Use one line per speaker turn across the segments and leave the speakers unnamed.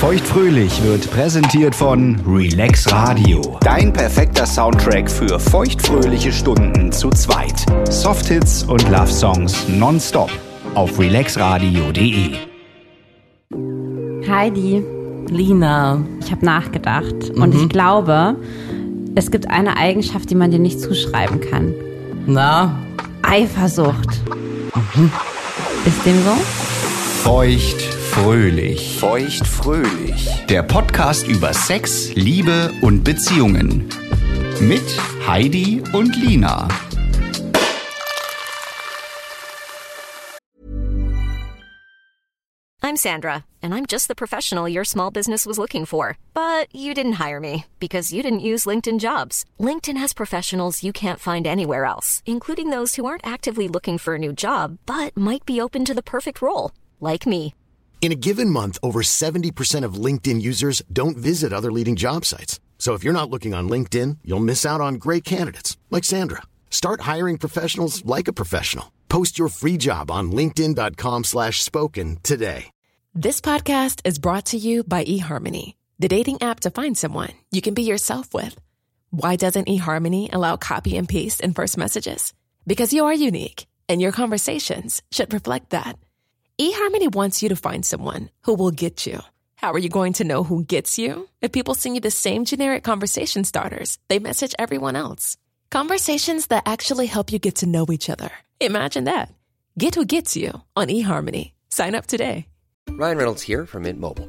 Feuchtfröhlich wird präsentiert von Relax Radio. Dein perfekter Soundtrack für feuchtfröhliche Stunden zu zweit. Softhits und Love Songs nonstop auf relaxradio.de.
Heidi,
Lina.
ich habe nachgedacht und ich glaube, es gibt eine Eigenschaft, die man dir nicht zuschreiben kann.
Na,
Eifersucht. Ist dem so?
Feuchtfröhlich.
Feuchtfröhlich.
Der Podcast über Sex, Liebe und Beziehungen. Mit Heidi und Lina.
I'm Sandra, and I'm just the professional your small business was looking for. But you didn't hire me because you didn't use LinkedIn jobs. LinkedIn has professionals you can't find anywhere else, including those who aren't actively looking for a new job but might be open to the perfect role, like me.
In a given month, over 70% of LinkedIn users don't visit other leading job sites. So if you're not looking on LinkedIn, you'll miss out on great candidates like Sandra. Start hiring professionals like a professional. Post your free job on linkedin.com/spoken slash spoken today.
This podcast is brought to you by eHarmony, the dating app to find someone you can be yourself with. Why doesn't eHarmony allow copy and paste in first messages? Because you are unique and your conversations should reflect that. eHarmony wants you to find someone who will get you. How are you going to know who gets you? If people send you the same generic conversation starters, they message everyone else. Conversations that actually help you get to know each other. Imagine that. Get who gets you on eHarmony. Sign up today.
Ryan Reynolds here from Mint Mobile.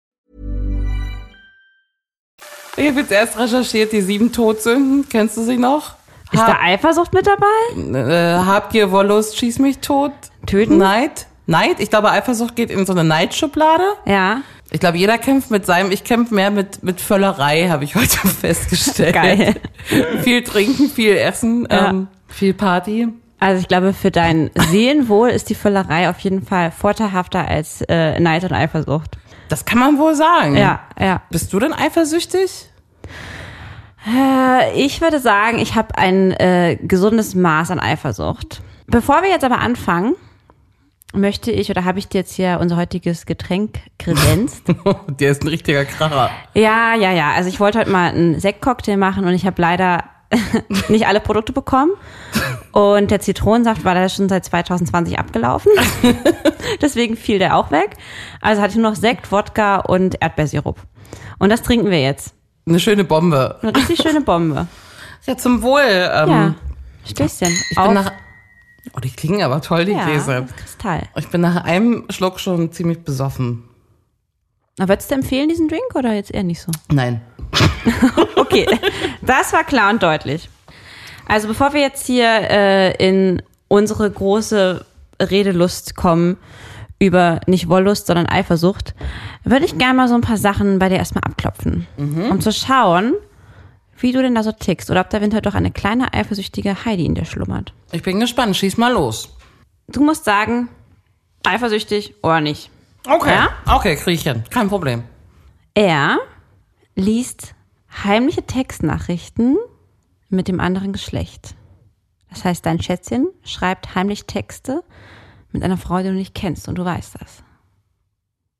ich habe jetzt erst recherchiert, die sieben Todsünden. Kennst du sie noch?
Ist da Eifersucht mit dabei?
Äh, Habgier, Wollust, schieß mich tot.
Töten?
Neid. Neid. Ich glaube, Eifersucht geht in so eine Neidschublade.
Ja.
Ich glaube, jeder kämpft mit seinem. Ich kämpfe mehr mit, mit Völlerei, habe ich heute festgestellt.
Geil.
viel trinken, viel essen, ähm, viel Party.
Also ich glaube, für dein Seelenwohl ist die Völlerei auf jeden Fall vorteilhafter als äh, Neid und Eifersucht.
Das kann man wohl sagen.
Ja, ja.
Bist du denn eifersüchtig?
Äh, Ich würde sagen, ich habe ein äh, gesundes Maß an Eifersucht. Bevor wir jetzt aber anfangen, möchte ich oder habe ich dir jetzt hier unser heutiges Getränk kredenzt?
Oh, Der ist ein richtiger Kracher.
ja, ja, ja. Also ich wollte heute mal einen Sektcocktail machen und ich habe leider nicht alle Produkte bekommen. Und der Zitronensaft war da schon seit 2020 abgelaufen. Deswegen fiel der auch weg. Also hatte ich nur noch Sekt, Wodka und Erdbeersirup. Und das trinken wir jetzt.
Eine schöne Bombe.
Eine richtig schöne Bombe.
Ja, zum Wohl. Ähm,
Ja. Stößchen.
Ich
Auf.
bin nach. Oh, die klingen aber toll, die
ja,
Gläser.
das Kristall.
Ich bin nach einem Schluck schon ziemlich besoffen.
Na, würdest du empfehlen, diesen Drink oder jetzt eher nicht so?
Nein.
Okay, das war klar und deutlich. Also bevor wir jetzt hier äh, in unsere große Redelust kommen über nicht Wollust, sondern Eifersucht, würde ich gerne mal so ein paar Sachen bei dir erstmal abklopfen, um zu schauen, wie du denn da so tickst oder ob da eventuell doch eine kleine eifersüchtige Heidi in dir schlummert.
Ich bin gespannt. Schieß mal los.
Du musst sagen, eifersüchtig oder nicht.
Okay.
Ja?
Okay, Griechen. Kein Problem.
Er liest heimliche Textnachrichten mit dem anderen Geschlecht. Das heißt, dein Schätzchen schreibt heimlich Texte mit einer Frau, die du nicht kennst und du weißt das.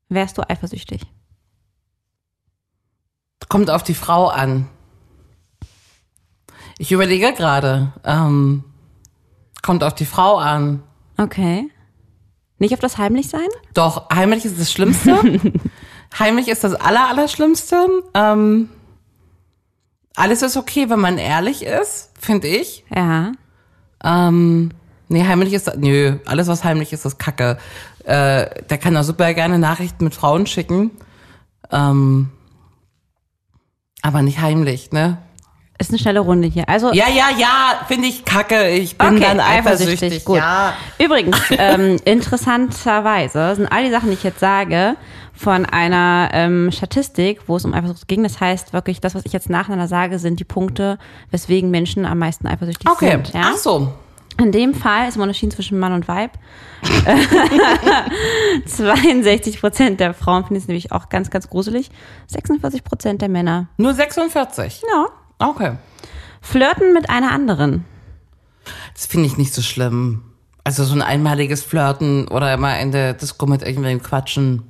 Wärst du eifersüchtig?
Kommt auf die Frau an. Ich überlege gerade. Ähm, kommt auf die Frau an.
Okay. Nicht auf das Heimlichsein?
Doch, heimlich ist das Schlimmste. heimlich ist das Aller, Allerschlimmste. Ähm, alles ist okay, wenn man ehrlich ist, finde ich.
Ja.
Ähm, nee, heimlich ist das. Nö, alles, was heimlich ist, ist Kacke. Äh, der kann da super gerne Nachrichten mit Frauen schicken. Ähm, aber nicht heimlich, ne?
Ist eine schnelle Runde hier. Also
Ja, ja, ja, finde ich kacke. Ich bin dann eifersüchtig.
Gut.
Ja.
Übrigens, ähm, interessanterweise sind all die Sachen, die ich jetzt sage, von einer ähm, Statistik, wo es um Eifersucht ging. Das heißt wirklich, das, was ich jetzt nacheinander sage, sind die Punkte, weswegen Menschen am meisten eifersüchtig
Okay,
sind. Ja?
ach so.
In dem Fall ist ein Unterschied zwischen Mann und Weib. 62 Prozent der Frauen finden es nämlich auch ganz, ganz gruselig. 46 Prozent der Männer.
Nur 46.
Ja.
Okay.
Flirten mit einer anderen.
Das finde ich nicht so schlimm. Also so ein einmaliges Flirten oder immer in der Disco mit irgendwelchen Quatschen.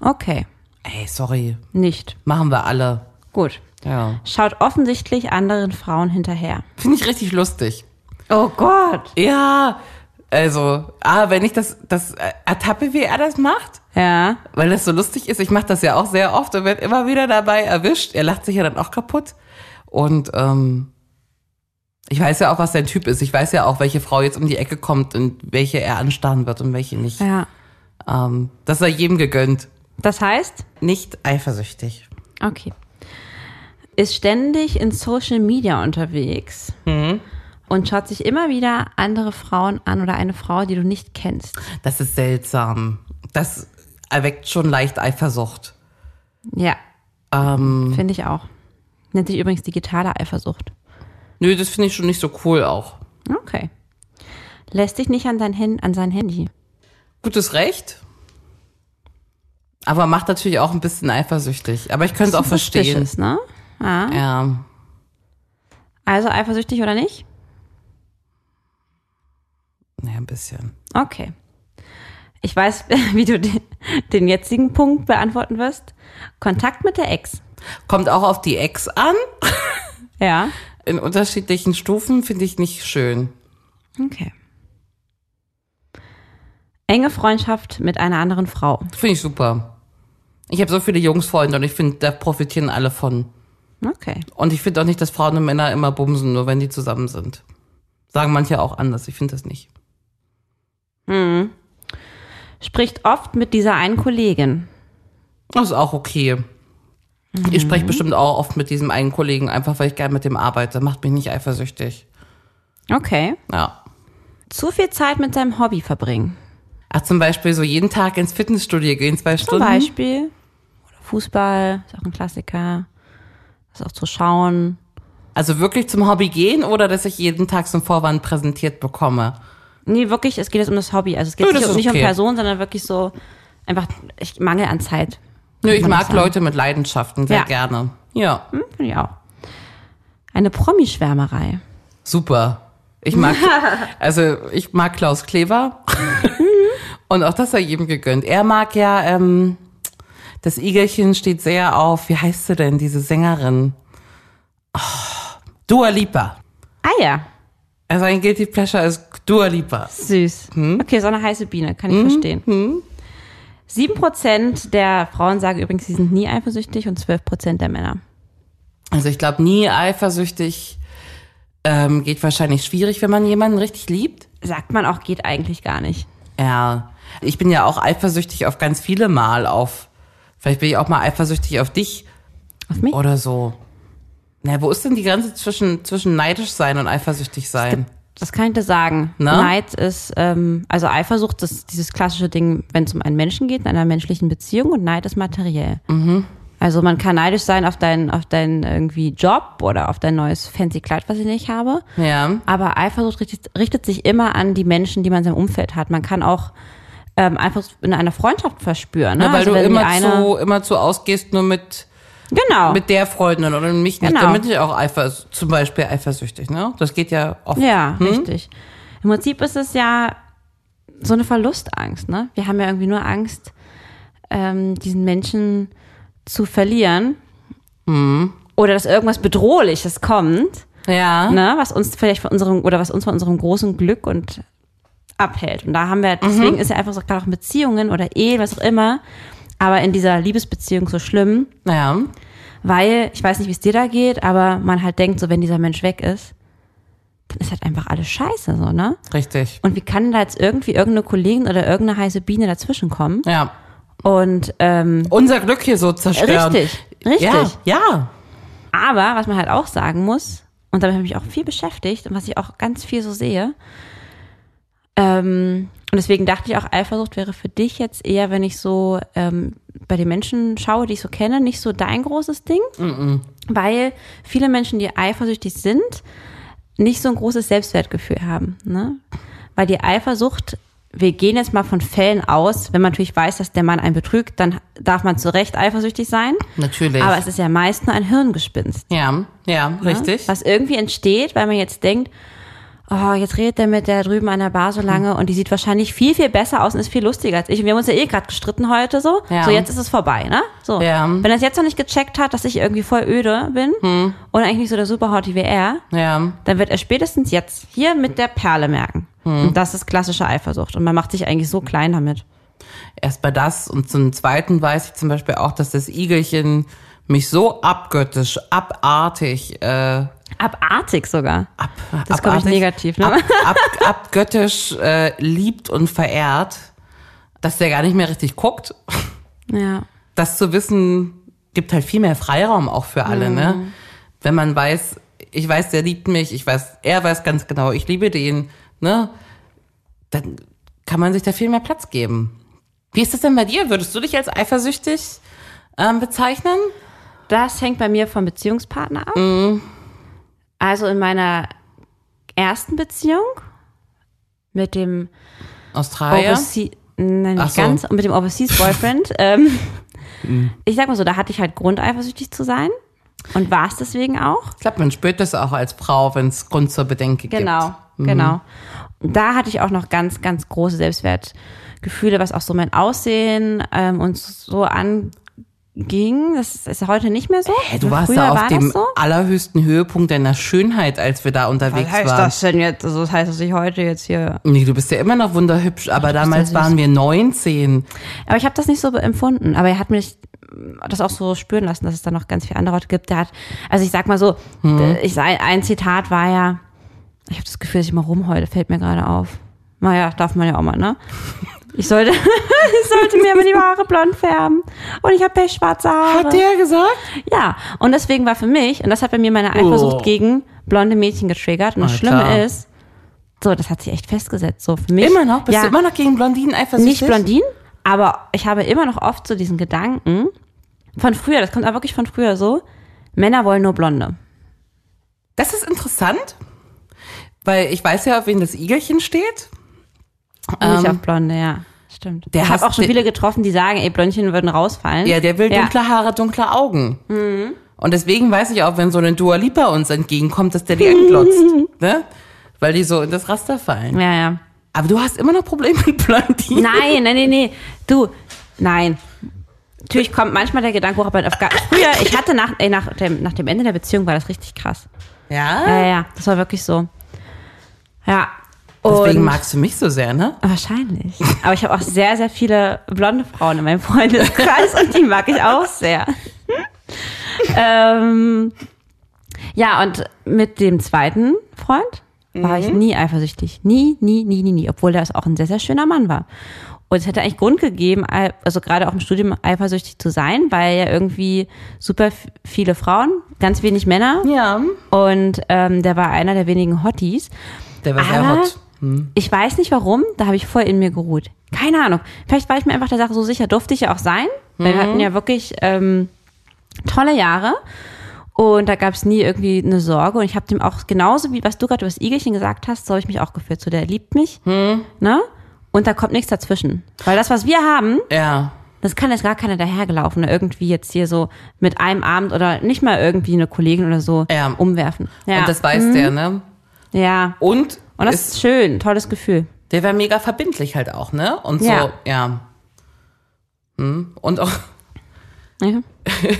Okay.
Ey, sorry.
Nicht.
Machen wir alle.
Gut.
Ja.
Schaut offensichtlich anderen Frauen hinterher.
Finde ich richtig lustig.
Oh Gott.
Ja. Also, ah, wenn ich das, das äh, ertappe, wie er das macht,
Ja.
weil das so lustig ist. Ich mache das ja auch sehr oft und werde immer wieder dabei erwischt. Er lacht sich ja dann auch kaputt. Und ähm, ich weiß ja auch, was sein Typ ist. Ich weiß ja auch, welche Frau jetzt um die Ecke kommt und welche er anstarren wird und welche nicht.
Ja.
Ähm, das sei jedem gegönnt.
Das heißt,
Nicht eifersüchtig.
okay. Ist ständig in Social Media unterwegs.
Mhm.
Und schaut sich immer wieder andere Frauen an oder eine Frau, die du nicht kennst.
Das ist seltsam. Das erweckt schon leicht Eifersucht.
Ja,
Ähm,
finde ich auch. Nennt sich übrigens digitale Eifersucht.
nö, das finde ich schon nicht so cool auch.
Okay. Lässt dich nicht an, dein Hand, an sein Handy.
Gutes Recht. Aber macht natürlich auch ein bisschen eifersüchtig. Aber ich könnte es auch verstehen.
Suspicious, ne?
Ja.
Also eifersüchtig oder nicht?
Naja, ein bisschen.
Okay. Ich weiß, wie du den, den jetzigen Punkt beantworten wirst. Kontakt mit der Ex.
Kommt auch auf die Ex an.
Ja.
In unterschiedlichen Stufen finde ich nicht schön.
Okay. Enge Freundschaft mit einer anderen Frau.
Finde ich super. Ich habe so viele Jungsfreunde und ich finde, da profitieren alle von.
Okay.
Und ich finde auch nicht, dass Frauen und Männer immer bumsen, nur wenn die zusammen sind. Sagen manche auch anders. Ich finde das nicht.
Spricht oft mit dieser einen Kollegin.
Das ist auch okay. Ich spreche bestimmt auch oft mit diesem einen Kollegen, einfach weil ich gerne mit dem arbeite. Macht mich nicht eifersüchtig.
Okay.
Ja.
Zu viel Zeit mit seinem Hobby verbringen.
Ach, zum Beispiel so jeden Tag ins Fitnessstudio gehen, zwei
Zum
Stunden.
Beispiel. Oder Fußball, ist auch ein Klassiker. Ist auch zu schauen.
Also wirklich zum Hobby gehen oder dass ich jeden Tag so einen Vorwand präsentiert bekomme.
Nee, wirklich, es geht jetzt um das Hobby. Also es geht
Nö,
nicht, um-
das ist
nicht um
okay.
Personen, sondern wirklich so einfach ich, Mangel an Zeit.
Nö, ich
man
mag
sagen.
Leute mit Leidenschaften sehr
Ja.
gerne. Ja,
Hm, finde ich auch. Eine Promischwärmerei.
super. Ich mag, also ich mag Klaus Kleber.
Mhm.
Und auch das sei jedem gegönnt. Er mag ja, ähm, das Igelchen steht sehr auf, wie heißt sie denn, diese Sängerin? Oh, Dua Lipa.
Ah ja,
Also ein Guilty Pleasure ist Dua Lipa.
süß. Okay, so eine heiße Biene, kann ich verstehen. Sieben Prozent der Frauen sagen übrigens, sie sind nie eifersüchtig und 12 Prozent der Männer.
Also ich glaube, nie eifersüchtig ähm, geht wahrscheinlich schwierig, wenn man jemanden richtig liebt.
Sagt man auch, geht eigentlich gar nicht.
Ja, ich bin ja auch eifersüchtig auf ganz viele Mal auf. Vielleicht bin ich auch mal eifersüchtig auf dich
Auf mich?
oder so. Na, wo ist denn die Grenze zwischen, zwischen neidisch sein und eifersüchtig sein?
Das kann ich dir sagen.
Na?
Neid ist, ähm, also Eifersucht ist dieses klassische Ding, wenn es um einen Menschen geht, in einer menschlichen Beziehung und Neid ist materiell. Also man kann neidisch sein auf deinen, auf deinen irgendwie Job oder auf dein neues fancy Kleid, was ich nicht habe.
Ja.
Aber Eifersucht richtet, richtet sich immer an die Menschen, die man in seinem Umfeld hat. Man kann auch ähm, Eifersucht in einer Freundschaft verspüren. Ne?
Na, weil
also
du
wenn die
immer
eine,
zu, immer zu ausgehst, nur mit,
genau.
mit der Freundin oder mich nicht.
Genau.
Dann bin ich auch eifers, zum Beispiel eifersüchtig, ne? Das geht ja oft.
Ja, richtig. Im Prinzip ist es ja so eine Verlustangst. Ne? Wir haben ja irgendwie nur Angst, ähm, diesen Menschen zu verlieren
Mhm.
oder dass irgendwas Bedrohliches kommt,
Ja.
ne? was uns vielleicht von unserem oder was uns von unserem großen Glück und abhält. Und da haben wir deswegen ist ja einfach so gerade auch in Beziehungen oder Ehe, was auch immer, aber in dieser Liebesbeziehung so schlimm,
Naja.
weil ich weiß nicht, wie es dir da geht, aber man halt denkt, so wenn dieser Mensch weg ist, dann ist halt einfach alles scheiße, so ne?
Richtig.
Und wie kann da jetzt irgendwie irgendeine Kollegin oder irgendeine heiße Biene dazwischen kommen?
Ja.
Und ähm,
Unser Glück hier so zerstören.
richtig, richtig.
Ja, ja.
Aber was man halt auch sagen muss, und damit habe ich mich auch viel beschäftigt und was ich auch ganz viel so sehe, ähm, und deswegen dachte ich auch, Eifersucht wäre für dich jetzt eher, wenn ich so ähm, bei den Menschen schaue, die ich so kenne, nicht so dein großes Ding, weil viele Menschen, die eifersüchtig sind, nicht so ein großes Selbstwertgefühl haben. Ne? Weil die Eifersucht, wir gehen jetzt mal von Fällen aus, wenn man natürlich weiß, dass der Mann einen betrügt, dann darf man zu Recht eifersüchtig sein.
Natürlich.
Aber es ist ja meist nur ein Hirngespinst.
Ja, ja, richtig.
Was irgendwie entsteht, weil man jetzt denkt, oh, jetzt redet der mit der drüben an der Bar so lange und die sieht wahrscheinlich viel, viel besser aus und ist viel lustiger als ich. Und wir haben uns ja eh gerade gestritten heute so.
Ja.
So, jetzt ist es vorbei, ne? So.
Ja.
Wenn er es jetzt noch nicht gecheckt hat, dass ich irgendwie voll öde bin und eigentlich nicht so der Superhottie wie er,
Ja.
dann wird er spätestens jetzt hier mit der Perle merken. Und das ist klassische Eifersucht. Und man macht sich eigentlich so klein damit.
Erstmal das und zum Zweiten weiß ich zum Beispiel auch, dass das Igelchen mich so abgöttisch, abartig, äh,
Abartig sogar.
ab,
Das kommt nicht
abartig,
negativ, ne?
Ab, ab, abgöttisch äh, liebt und verehrt, dass der gar nicht mehr richtig guckt.
Ja.
das zu wissen, gibt halt viel mehr Freiraum auch für alle, ne?
Mhm.
Wenn man weiß, ich weiß, der liebt mich, ich weiß, er weiß ganz genau, ich liebe den, ne? Dann kann man sich da viel mehr Platz geben. Wie ist das denn bei dir? Würdest du dich als eifersüchtig ähm, bezeichnen?
Das hängt bei mir vom Beziehungspartner ab.
Mhm.
Also in meiner ersten Beziehung mit dem
Australier?
Oversea- nein,
Ah, Ach
nicht
so. Mhm.
ganz, mit dem Overseas Boyfriend. ähm, ich sag mal so, da hatte ich halt Grund, eifersüchtig zu sein. Und war es deswegen auch.
Ich glaube, man spürt das auch als Frau, wenn es Grund zur Bedenke
Genau,
gibt.
genau. Da hatte ich auch noch ganz, ganz große Selbstwertgefühle, was auch so mein Aussehen ähm, und so anging. Das ist ja heute nicht mehr so.
Hä, du
Aber
warst
früher
da auf
war
dem
das so.
allerhöchsten Höhepunkt deiner Schönheit, als wir da unterwegs waren.
denn jetzt? Also das heißt, dass ich heute jetzt hier.
Nee, du bist ja immer noch wunderhübsch, aber damals waren wir 19.
Aber ich habe das nicht so empfunden. Aber er hat mich das auch so spüren lassen, dass es da noch ganz viele andere Orte gibt. Der hat, also ich sag mal so,
Hm.
ich ein, ein Zitat war ja, ich habe das Gefühl, dass ich mal rumheule, fällt mir gerade auf. Naja, darf man ja auch mal, ne? Ich sollte, ich sollte mir aber die Haare blond färben. Und ich habe pechschwarze Haare.
der gesagt?
Ja, und deswegen war für mich, und das hat bei mir meine Eifersucht
Oh.
gegen blonde Mädchen getriggert. Und das
Ah,
Schlimme
klar.
ist, so, das hat sich echt festgesetzt. So für mich.
Immer noch? Bist
ja,
du immer noch gegen Blondinen eifersüchtig?
nicht blondin, aber ich habe immer noch oft so diesen Gedanken von früher, das kommt aber wirklich von früher so, Männer wollen nur Blonde.
Das ist interessant, weil ich weiß ja, auf wen das Igelchen steht.
Nicht
Ähm.
auf Blonde, ja. Stimmt.
Der
ich
hasst
habe auch schon
den-
viele getroffen, die sagen, ey, Blondchen würden rausfallen.
Ja, der will dunkle Haare, dunkle Augen.
Mhm.
Und deswegen weiß ich auch, wenn so eine Dua Lipa uns entgegenkommt, dass der die anglotzt. ne? Weil die so in das Raster fallen.
Ja, ja.
Aber du hast immer noch Probleme mit Blondinen.
Nein, nein, nein, nein. Du, nein. Natürlich kommt manchmal der Gedanke hoch, aber auf gar, früher, ich hatte nach, ey, nach, dem, nach dem Ende der Beziehung war das richtig krass. Ja,
Ja?
ja, ja, das war wirklich so. Ja.
Deswegen
Und-
magst du mich so sehr, ne?
Wahrscheinlich. Aber ich habe auch sehr, sehr viele blonde Frauen in meinem Freundeskreis und die mag ich auch sehr. ähm, ja, und mit dem zweiten Freund war ich nie eifersüchtig. Nie, nie, nie, nie, nie. Obwohl das auch ein sehr, sehr schöner Mann war. Und es hätte eigentlich Grund gegeben, ei- also gerade auch im Studium eifersüchtig zu sein, weil ja irgendwie super f- viele Frauen, ganz wenig Männer.
Ja.
Und ähm, der war einer der wenigen Hotties.
Der war sehr
Aber
hot.
Ich weiß nicht warum, da habe ich voll in mir geruht. Keine Ahnung. Vielleicht war ich mir einfach der Sache so sicher, durfte ich ja auch sein. Weil
Mhm.
wir hatten ja wirklich ähm, tolle Jahre. Und da gab es nie irgendwie eine Sorge. Und ich habe dem auch genauso wie was du gerade über das Igelchen gesagt hast, so habe ich mich auch gefühlt. So, der liebt mich.
Mhm.
Ne? Und da kommt nichts dazwischen. Weil das, was wir haben,
Ja.
das kann jetzt gar keiner dahergelaufen. oder Irgendwie jetzt hier so mit einem Abend oder nicht mal irgendwie eine Kollegin oder so
Ja.
umwerfen. Ja.
Und das weiß der, ne?
ja.
Und,
Und das
es-
ist schön, tolles Gefühl.
Der war mega verbindlich halt auch, ne? Und so, ja.
Ja.
Hm. Und auch
Ja.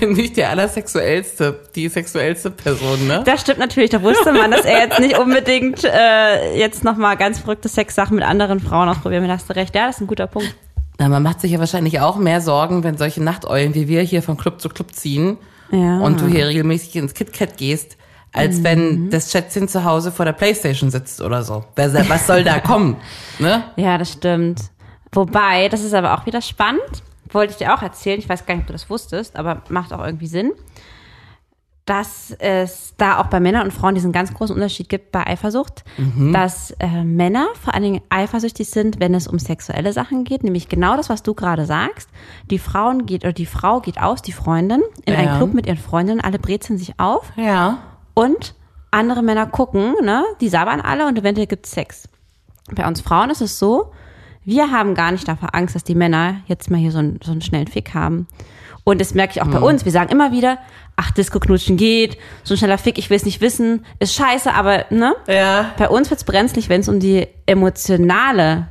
nicht der allersexuellste, die sexuellste Person, ne?
Das stimmt natürlich, da wusste man, dass er jetzt nicht unbedingt äh, jetzt nochmal ganz verrückte Sexsachen mit anderen Frauen ausprobieren will. Hast du recht, ja, das ist ein guter Punkt.
Na, man macht sich ja wahrscheinlich auch mehr Sorgen, wenn solche Nachteulen wie wir hier von Club zu Club ziehen
Ja.
und du hier regelmäßig ins KitKat gehst, als
Mhm.
wenn das Schätzchen zu Hause vor der Playstation sitzt oder so. Wer- Was soll da kommen, ne?
Ja, das stimmt. Wobei, das ist aber auch wieder spannend. Wollte ich dir auch erzählen. Ich weiß gar nicht, ob du das wusstest, aber macht auch irgendwie Sinn. dass es da auch bei Männern und Frauen diesen ganz großen Unterschied gibt bei Eifersucht,
Mhm.
dass äh, Männer vor allen Dingen eifersüchtig sind, wenn es um sexuelle Sachen geht, nämlich genau das, was du gerade sagst. Die Frauen geht oder die Frau geht aus, die Freundin in einen
Ja.
Club mit ihren Freundinnen, alle brezeln sich auf
Ja.
und andere Männer gucken, ne? Die sabbern alle und eventuell gibt's Sex. Bei uns Frauen ist es so, wir haben gar nicht davor Angst, dass die Männer jetzt mal hier so einen, so einen schnellen Fick haben. Und das merke ich auch
Mhm.
bei uns. Wir sagen immer wieder, ach, Disco-Knutschen geht, so ein schneller Fick, ich will es nicht wissen, ist scheiße, aber ne?
Ja.
Bei uns wird's brenzlig, wenn es um die emotionale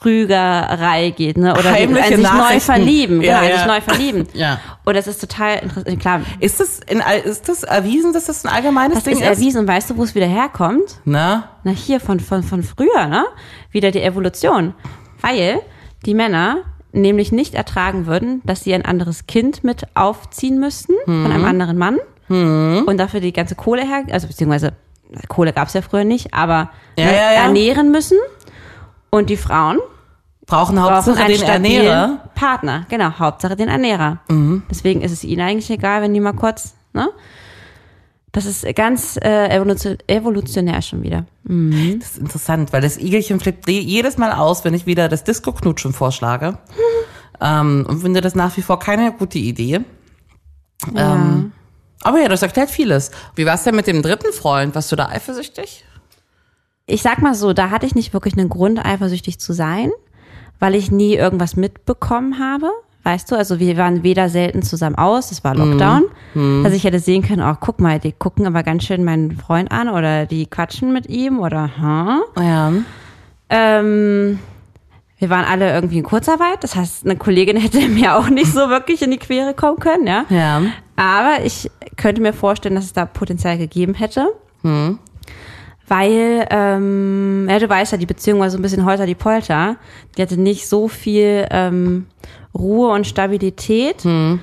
Betrügerei geht, ne? Oder ein
Heimliche
sich neu
Nachrichten.
verlieben.
Ja,
genau, ein
ja.
sich neu verlieben.
Ja.
Und das ist total interessant. Klar,
Ist das, in, all- ist das erwiesen, dass das ein allgemeines
das
Ding
ist
ist?
erwiesen. Und weißt du, wo es wieder herkommt?
Na?
Na, hier von, von, von früher, ne? Wieder die Evolution. Weil die Männer nämlich nicht ertragen würden, dass sie ein anderes Kind mit aufziehen müssten von
Mhm.
einem anderen Mann und dafür die ganze Kohle her, also beziehungsweise Kohle gab's ja früher nicht, aber
Ja, ja, ja.
ernähren müssen. Und die Frauen
Brauchen
brauchen
Hauptsache
einen
den
stabilen
Ernährer. Mhm.
Partner, genau, Hauptsache den Ernährer. Deswegen ist es ihnen eigentlich egal, wenn die mal kurz, ne? Das ist ganz äh, evolution- evolutionär schon wieder.
Das ist interessant, weil das Igelchen flippt je- jedes Mal aus, wenn ich wieder das Disco-Knutschen vorschlage. ähm, und finde das nach wie vor keine gute Idee. Ähm, aber ja, das erklärt vieles. Wie war es denn mit dem dritten Freund? Warst du da eifersüchtig?
ich sag mal so, da hatte ich nicht wirklich einen Grund, eifersüchtig zu sein, weil ich nie irgendwas mitbekommen habe. Weißt du, also wir waren weder selten zusammen aus,
Mhm.
es war Lockdown. Also ich hätte sehen können, oh, guck mal, die gucken aber ganz schön meinen Freund an oder die quatschen mit ihm oder hm.
Ja.
Ähm, wir waren alle irgendwie in Kurzarbeit, das heißt, eine Kollegin hätte mir auch nicht so wirklich in die Quere kommen können, ja.
Ja.
Aber ich könnte mir vorstellen, dass es da Potenzial gegeben hätte. Weil, ähm, ja, du weißt ja, die Beziehung war so ein bisschen holter die Polter. Die hatte nicht so viel ähm, Ruhe und Stabilität. Und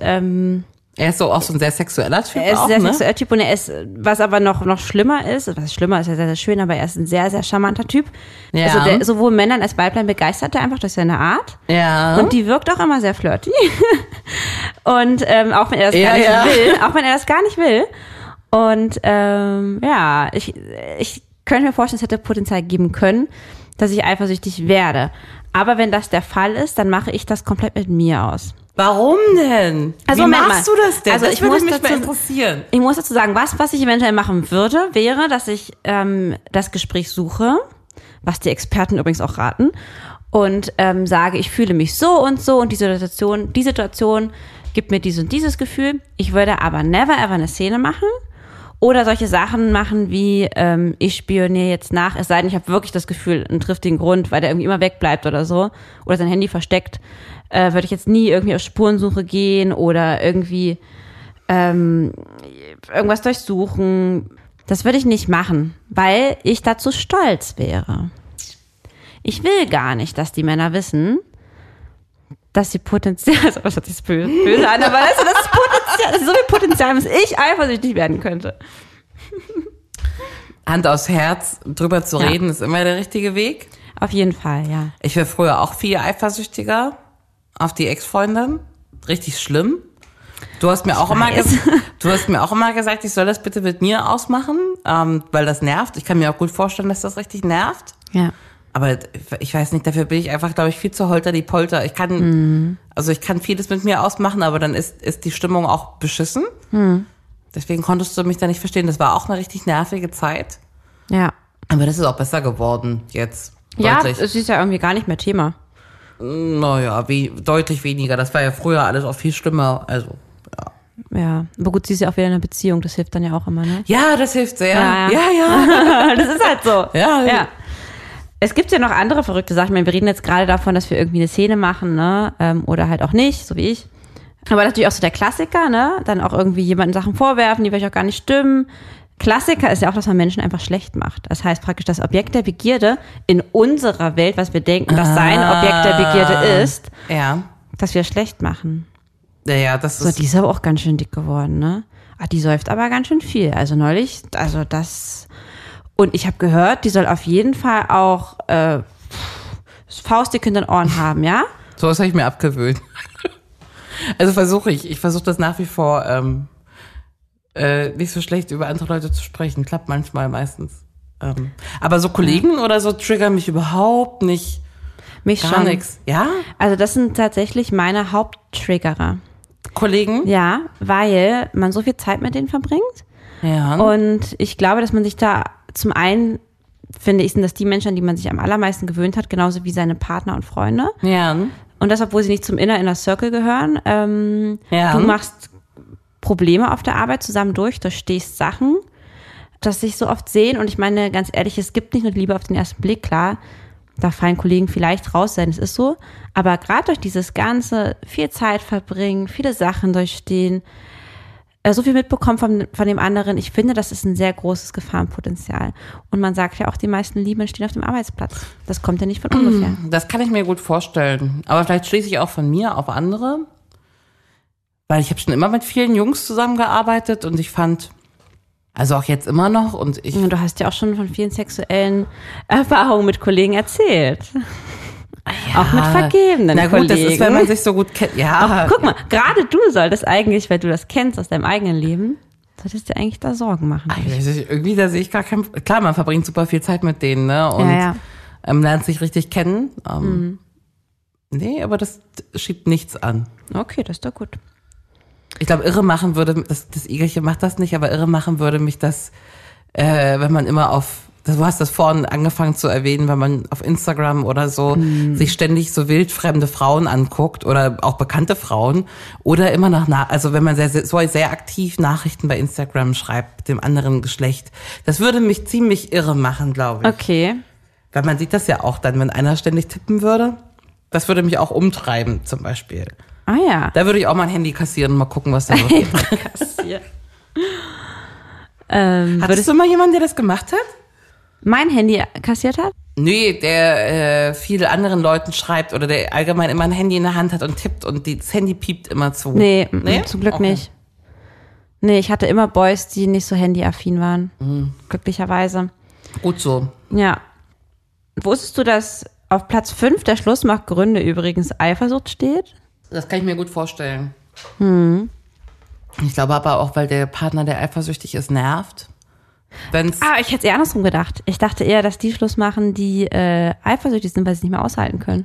ähm,
Er ist so auch so ein sehr sexueller Typ.
er ist
auch,
sehr
ne?
sexueller Typ und er ist, was aber noch, noch schlimmer ist, was ist schlimmer ist ja sehr, sehr schön, aber er ist ein sehr, sehr charmanter Typ.
Ja.
Also der, sowohl Männern als Weiblein begeistert er einfach durch seine Art.
Ja.
Und die wirkt auch immer sehr flirty. Und ähm, auch wenn er das
Ja,
gar nicht
ja.
will, auch wenn er das gar nicht will. Und ähm, ja, ich, ich könnte mir vorstellen, es hätte Potenzial geben können, dass ich eifersüchtig werde. Aber wenn das der Fall ist, dann mache ich das komplett mit mir aus.
Warum denn?
Also,
Wie
Moment
machst
mal.
du das denn?
Also,
das
ich
würde
muss
mich mal
dazu-
interessieren.
Ich muss dazu sagen, was, was ich eventuell machen würde, wäre, dass ich ähm, das Gespräch suche, was die Experten übrigens auch raten, und ähm, sage, ich fühle mich so und so und die Situation, die Situation gibt mir dieses und dieses Gefühl. Ich würde aber never ever eine Szene machen oder solche Sachen machen wie, ähm, ich spioniere jetzt nach, es sei denn, ich habe wirklich das Gefühl und trifft den Grund, weil der irgendwie immer wegbleibt oder so oder sein Handy versteckt, äh, würde ich jetzt nie irgendwie auf Spurensuche gehen oder irgendwie irgendwas durchsuchen. Das würde ich nicht machen, weil ich dazu stolz wäre. Ich will gar nicht, dass die Männer wissen, dass sie Potenzial, also das hört sich böse, böse an, aber weißt du, das ist Potenzial, das ist so viel Potenzial, dass ich eifersüchtig werden könnte.
Hand aufs Herz, drüber zu
Ja.
reden, ist immer der richtige Weg.
Auf jeden Fall, ja.
Ich war früher auch viel eifersüchtiger auf die Ex-Freundin. Richtig schlimm. Du hast mir auch immer
weiß.
gesagt, du hast mir auch immer gesagt, ich soll das bitte mit mir ausmachen, ähm, weil das nervt. Ich kann mir auch gut vorstellen, dass das richtig nervt.
Ja.
Aber ich weiß nicht, dafür bin ich einfach, glaube ich, viel zu holter die Polter. Ich kann,
Mhm.
also ich kann vieles mit mir ausmachen, aber dann ist, ist die Stimmung auch beschissen.
Hm.
Deswegen konntest du mich da nicht verstehen. Das war auch eine richtig nervige Zeit.
Ja.
Aber das ist auch besser geworden jetzt.
Ja,
Deutlich.
es ist ja irgendwie gar nicht mehr Thema.
Naja, wie, deutlich weniger. Das war ja früher alles auch viel schlimmer. Also.
Ja. Aber gut, sie ist ja auch wieder in einer Beziehung, das hilft dann ja auch immer, ne?
Ja, das hilft sehr.
Ja,
Ja,
ja.
ja.
Das ist halt so.
Ja.
ja. Es gibt ja noch andere verrückte Sachen. Ich meine, wir reden jetzt gerade davon, dass wir irgendwie eine Szene machen, ne? Ähm, oder halt auch nicht, so wie ich. Aber natürlich auch so der Klassiker, ne? Dann auch irgendwie jemanden Sachen vorwerfen, die vielleicht auch gar nicht stimmen. Klassiker ist ja auch, dass man Menschen einfach schlecht macht. Das heißt praktisch, das Objekt der Begierde in unserer Welt, was wir denken, dass sein Objekt der Begierde ist,
Ja.
dass wir schlecht machen.
Ja, ja, das
So,
ist.
die ist aber auch ganz schön dick geworden, ne? Ah, die säuft aber ganz schön viel. Also neulich, also das. Und ich habe gehört, die soll auf jeden Fall auch äh, Faustdick in den Ohren haben, ja?
So was habe ich mir abgewöhnt. Also versuche ich. Ich versuche das nach wie vor ähm, äh, nicht so schlecht über andere Leute zu sprechen. Klappt manchmal meistens. Ähm, aber so Kollegen oder so triggern mich überhaupt nicht.
Mich
Gar
schon.
nichts. Ja?
Also das sind tatsächlich meine Haupttriggerer.
Kollegen?
Ja, weil man so viel Zeit mit denen verbringt.
Ja.
Und ich glaube, dass man sich da zum einen, finde ich, sind das die Menschen, an die man sich am allermeisten gewöhnt hat, genauso wie seine Partner und Freunde.
ja.
Und das, obwohl sie nicht zum Inner Inner Circle gehören. Ähm,
Ja.
Du machst Probleme auf der Arbeit zusammen durch, durchstehst Sachen, das sich so oft sehen. Und ich meine, ganz ehrlich, es gibt nicht nur Liebe auf den ersten Blick, klar. Da fallen Kollegen vielleicht raus sein, es ist so. Aber gerade durch dieses Ganze, viel Zeit verbringen, viele Sachen durchstehen, äh, so viel mitbekommen von, von dem anderen, ich finde, das ist ein sehr großes Gefahrenpotenzial. Und man sagt ja auch, die meisten Lieben entstehen auf dem Arbeitsplatz. Das kommt ja nicht von ungefähr.
Das kann ich mir gut vorstellen. Aber vielleicht schließe ich auch von mir auf andere. Weil ich habe schon immer mit vielen Jungs zusammengearbeitet und ich fand, also auch jetzt immer noch und ich,
Ja, Du hast ja auch schon von vielen sexuellen Erfahrungen mit Kollegen erzählt. auch mit vergebenen
Ah, na
Kollegen.
gut, das ist, wenn man sich so gut kennt, ja.
Guck mal, gerade du solltest eigentlich, weil du das kennst aus deinem eigenen Leben, solltest dir eigentlich da Sorgen machen.
Ich weiß nicht, irgendwie, da sehe ich gar kein, klar, man verbringt super viel Zeit mit denen, ne, und
Ja, ja.
Ähm, lernt sich richtig kennen. Ähm,
Mhm.
Nee, aber das schiebt nichts an.
Okay, das ist doch gut.
Ich glaube, irre machen würde, das, das Igelchen macht das nicht, aber irre machen würde mich das, äh, wenn man immer auf, das- du hast das vorhin angefangen zu erwähnen, wenn man auf Instagram oder so sich ständig so wildfremde Frauen anguckt oder auch bekannte Frauen oder immer noch, na, also wenn man sehr, sehr, so sehr aktiv Nachrichten bei Instagram schreibt, dem anderen Geschlecht, das würde mich ziemlich irre machen, glaube ich.
Okay.
Weil man sieht das ja auch dann, wenn einer ständig tippen würde. Das würde mich auch umtreiben, zum Beispiel.
Ah ja.
Da würde ich auch mein Handy kassieren und mal gucken, was da so geht.
ähm,
Hattest du mal jemanden, der das gemacht hat?
mein Handy kassiert hat?
Nee, der äh, viel anderen Leuten schreibt oder der allgemein immer ein Handy in der Hand hat und tippt und die, das Handy piept immer zu.
Nee, m- zum Glück nicht. Nee, ich hatte immer Boys, die nicht so handyaffin waren.
Mhm.
Glücklicherweise.
Gut so.
Ja. Wusstest du, dass auf Platz 5 der Schlussmachgründe übrigens Eifersucht steht?
Das kann ich mir gut vorstellen. Hm. Ich glaube aber auch, weil der Partner, der eifersüchtig ist, nervt. Wenn's,
Ah, ich hätte es eher andersrum gedacht. Ich dachte eher, dass die Schluss machen, die äh, eifersüchtig sind, weil sie es nicht mehr aushalten können.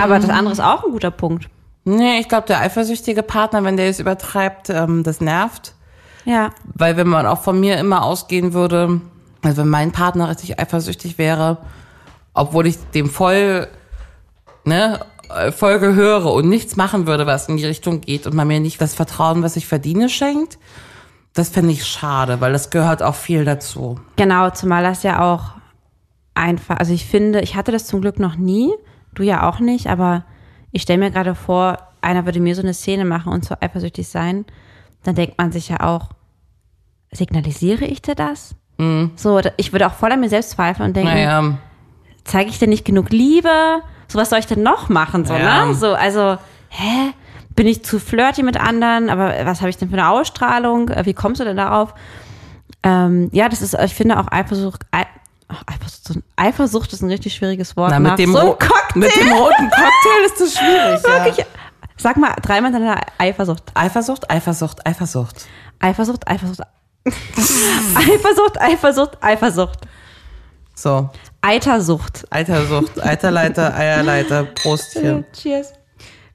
Aber das andere ist auch ein guter Punkt.
nee, ich glaube, der eifersüchtige Partner, wenn der es übertreibt, ähm, das nervt.
Ja.
Weil wenn man auch von mir immer ausgehen würde, also wenn mein Partner richtig eifersüchtig wäre, obwohl ich dem voll, ne, äh, voll gehöre und nichts machen würde, was in die Richtung geht und man mir nicht das Vertrauen, was ich verdiene, schenkt, das fände ich schade, weil das gehört auch viel dazu.
Genau, zumal das ja auch einfach, also ich finde, ich hatte das zum Glück noch nie, du ja auch nicht, aber ich stelle mir gerade vor, einer würde mir so eine Szene machen und so eifersüchtig sein, dann denkt man sich ja auch, signalisiere ich dir das? So, da- ich würde auch voll an mir selbst zweifeln und denken,
Naja,
zeige ich dir nicht genug Liebe? So, was soll ich denn noch machen? So,
Ja.
ne? so also, hä? Bin ich zu flirty mit anderen? Aber äh, was habe ich denn für eine Ausstrahlung? Äh, Wie kommst du denn darauf? Ähm, ja, das ist, ich finde auch Eifersucht, Ei- ach, Eifersucht, ist ein- Eifersucht ist ein richtig schwieriges Wort.
na,
Nach
mit, dem
so einem
ro-
Cocktail.
mit dem roten Cocktail ist das schwierig. Ja.
Wirklich. Sag mal, dreimal deine Eifersucht.
Eifersucht, Eifersucht, Eifersucht.
Eifersucht, Eifersucht. Eifersucht, Eifersucht, Eifersucht.
So,
Eitersucht.
Altersucht, Eiterleiter, Eierleiter, Prostchen.
Cheers.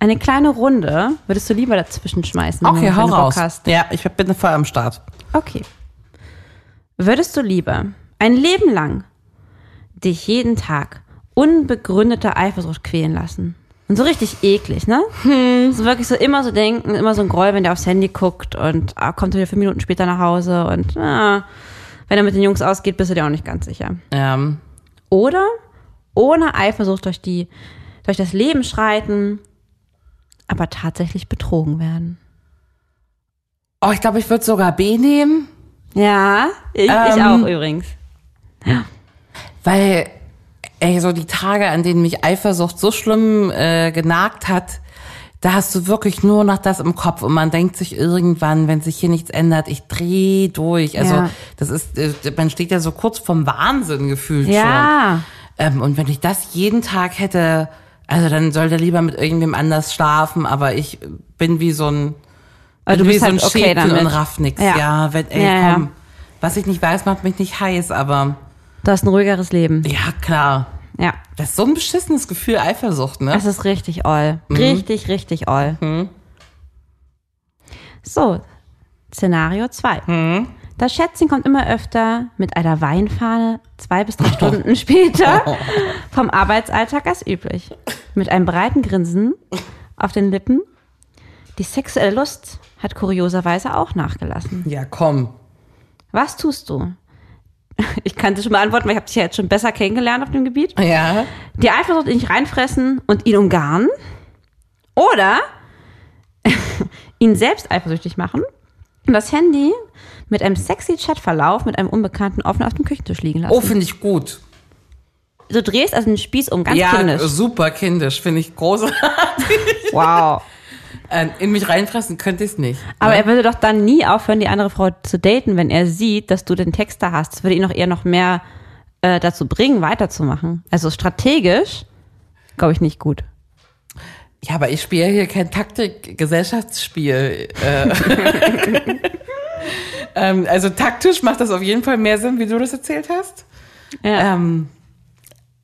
eine kleine Runde, würdest du lieber dazwischen schmeißen,
Okay,
wenn
hau
du Bock
raus.
hast.
Ja, ich bin voll am Start.
Okay. Würdest du lieber ein Leben lang dich jeden Tag unbegründeter Eifersucht quälen lassen? Und so richtig eklig, ne? So wirklich so immer so denken, immer so ein Groll, wenn der aufs Handy guckt und ah, kommt wieder fünf Minuten später nach Hause und ah, wenn er mit den Jungs ausgeht, bist du dir auch nicht ganz sicher.
Ähm,
Oder ohne Eifersucht durch die, durch das Leben schreiten, aber tatsächlich betrogen werden.
oh, ich glaube, ich würde sogar B nehmen,
Ja, ich, ich
Ähm,
auch übrigens.
weil ey, so die Tage, an denen mich Eifersucht so schlimm äh, genagt hat, da hast du wirklich nur noch das im Kopf und man denkt sich irgendwann, wenn sich hier nichts ändert, ich dreh durch. Also
Ja.
das ist, äh, man steht ja so kurz vom Wahnsinn gefühlt schon.
Ja.
Ähm, und wenn ich das jeden Tag hätte, also dann soll der lieber mit irgendwem anders schlafen, aber ich bin wie so ein,
Aber du
bin Also wie
bist
so
halt
ein
okay
Schädel
damit.
und raff nix. Ja,
Ja.
wenn, ey,
Ja, ja.
komm. Was ich nicht weiß, macht mich nicht heiß, aber
Du hast ein ruhigeres Leben.
ja, klar.
Ja.
Das ist so ein beschissenes Gefühl, Eifersucht, ne?
Es ist richtig all.
Mhm.
Richtig, richtig all. So, Szenario 2.
Mhm.
Das Schätzchen kommt immer öfter mit einer Weinfahne zwei bis drei Stunden später
Oh.
vom Arbeitsalltag als üblich. Mit einem breiten Grinsen auf den Lippen. Die sexuelle Lust hat kurioserweise auch nachgelassen.
Ja, komm.
Was tust du? Ich kann das schon beantworten, weil ich habe dich ja jetzt schon besser kennengelernt auf dem Gebiet.
Ja.
die Eifersucht in dich reinfressen und ihn umgarnen oder ihn selbst eifersüchtig machen und das Handy mit einem sexy Chatverlauf mit einem Unbekannten offen auf dem Küchentisch liegen lassen.
Oh, finde ich gut.
Du drehst also den Spieß um, ganz
ja,
kindisch.
super kindisch, finde ich großartig.
Wow.
Ähm, In mich reinfressen könnte ich es nicht.
Aber
ne?
er würde doch dann nie aufhören, die andere Frau zu daten, wenn er sieht, dass du den Text da hast. Das würde ihn doch eher noch mehr äh, dazu bringen, weiterzumachen. Also strategisch, glaube ich, nicht gut.
Ja, aber ich spiele hier kein Taktik-Gesellschaftsspiel. Äh, ähm, also taktisch macht das auf jeden Fall mehr Sinn, wie du das erzählt hast.
Ja.
Ähm,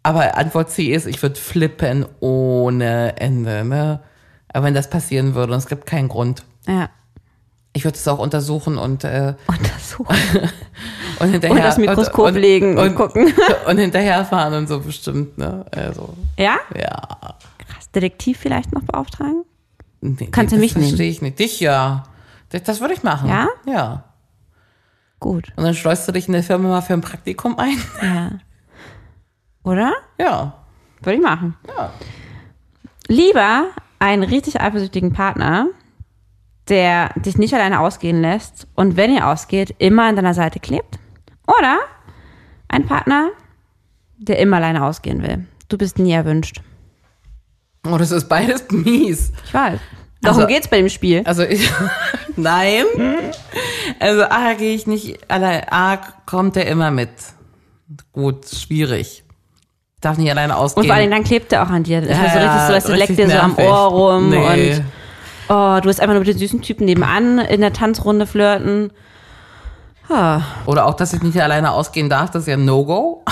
aber Antwort C ist, ich würde flippen ohne Ende. Ne? Aber wenn das passieren würde, und es gibt keinen Grund.
Ja.
Ich würde es auch untersuchen und, äh,
Untersuchen.
und hinterher.
Und das Mikroskop legen und gucken.
Und hinterherfahren und so bestimmt, ne? Also,
Ja?
ja.
Krass. Detektiv vielleicht noch beauftragen?
Nee,
Kannst du
das
mich nehmen?
Verstehe ich nicht. Dich ja. Das, das würde ich machen.
Ja?
Ja.
Gut.
Und dann schleust du dich in der Firma mal für ein Praktikum ein.
Ja. Oder?
Ja.
Würde ich machen.
Ja.
Lieber einen richtig eifersüchtigen Partner, der dich nicht alleine ausgehen lässt und wenn ihr ausgeht, immer an deiner Seite klebt. Oder ein Partner, der immer alleine ausgehen will. Du bist nie erwünscht.
Oh, das ist beides mies.
Ich weiß. Darum
Also-
geht's bei dem Spiel.
Also ich. Nein. Also A gehe ich nicht allein. A kommt er immer mit. Gut, schwierig. Darf nicht alleine ausgehen.
Und vor allem dann klebt er auch an dir. Das ist so richtig so, dass du leckt dir so am
nervig.
Ohr rum
nee.
und oh, du bist einfach nur mit den süßen Typen nebenan in der Tanzrunde flirten.
Oder auch, dass ich nicht alleine ausgehen darf, das ist ja ein No-Go.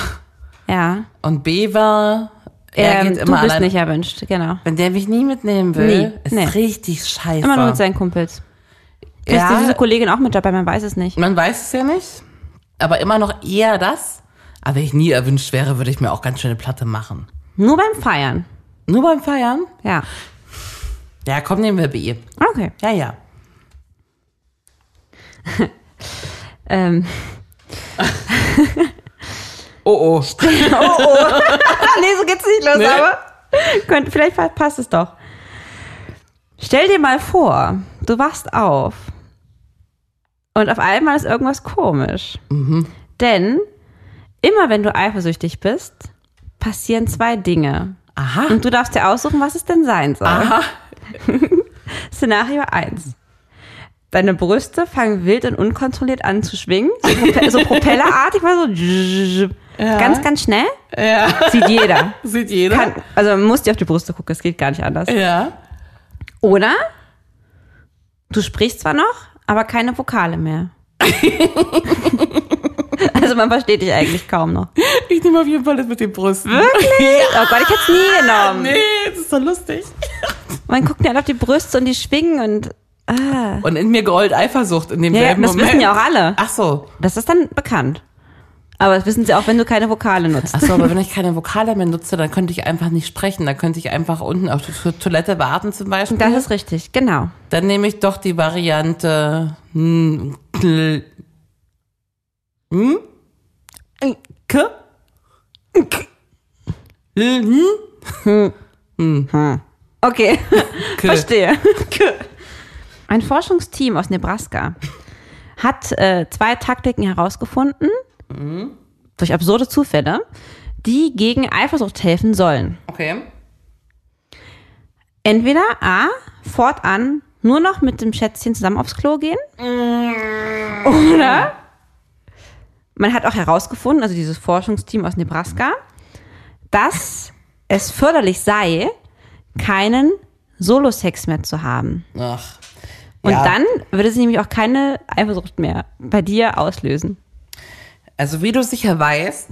Ja.
Und B war, er
Ähm,
geht immer
du bist
allein.
nicht erwünscht, genau.
Wenn der mich nie mitnehmen will,
Nie,
ist
nee.
richtig scheiße.
Immer nur mit seinen Kumpels. Vielleicht ist
ja,
diese Kollegin auch mit dabei, man weiß es nicht.
Man weiß es ja nicht, aber immer noch eher das. Aber wenn ich nie erwünscht wäre, würde ich mir auch ganz schöne Platte machen.
Nur beim Feiern.
Nur beim Feiern?
Ja.
Ja, komm, nehmen wir B.
Okay.
Ja, ja.
Ähm,
Oh,
ah,
oh.
nee, so geht's nicht los,
Nee.
aber könnt, vielleicht pa- passt es doch. Stell dir mal vor, du wachst auf und auf einmal ist irgendwas komisch.
Mhm.
Denn immer wenn du eifersüchtig bist, passieren zwei Dinge.
Aha.
Und du darfst dir aussuchen, was es denn sein soll. Szenario 1. Deine Brüste fangen wild und unkontrolliert an zu schwingen. So, Prope so propellerartig, mal so ganz, ganz schnell. Sieht jeder.
Sieht jeder?
Kann, also man muss dir auf die Brüste gucken, es geht gar nicht anders.
ja.
Oder du sprichst zwar noch, aber keine Vokale mehr. also man versteht dich eigentlich kaum noch.
Ich nehme auf jeden Fall das mit den Brüsten.
Oh Gott, ich hätte es nie genommen.
Nee, das ist so lustig.
Man guckt ja halt auf die Brüste und die schwingen und
Und in mir grollt Eifersucht in
ja, ja,
demselben
das
Moment.
wissen ja auch alle.
Ach so.
Das ist dann bekannt. Aber das wissen sie auch, wenn du keine Vokale nutzt.
Ach so, aber wenn ich keine Vokale mehr nutze, dann könnte ich einfach nicht sprechen. Dann könnte ich einfach unten auf die To- Toilette warten zum Beispiel.
Das ist richtig, genau.
dann nehme ich doch die Variante. Hm, kl- hm? K? K? L- Hm?
Okay,
K?
verstehe. Ein Forschungsteam aus Nebraska hat äh, zwei Taktiken herausgefunden, durch absurde Zufälle, die gegen Eifersucht helfen sollen.
Okay.
Entweder A, fortan nur noch mit dem Schätzchen zusammen aufs Klo gehen. Oder man hat auch herausgefunden, also dieses Forschungsteam aus Nebraska, dass es förderlich sei, keinen Solosex mehr zu haben.
Ach.
Und
Ja.
dann würde sie nämlich auch keine Eifersucht mehr bei dir auslösen.
Also wie du sicher weißt,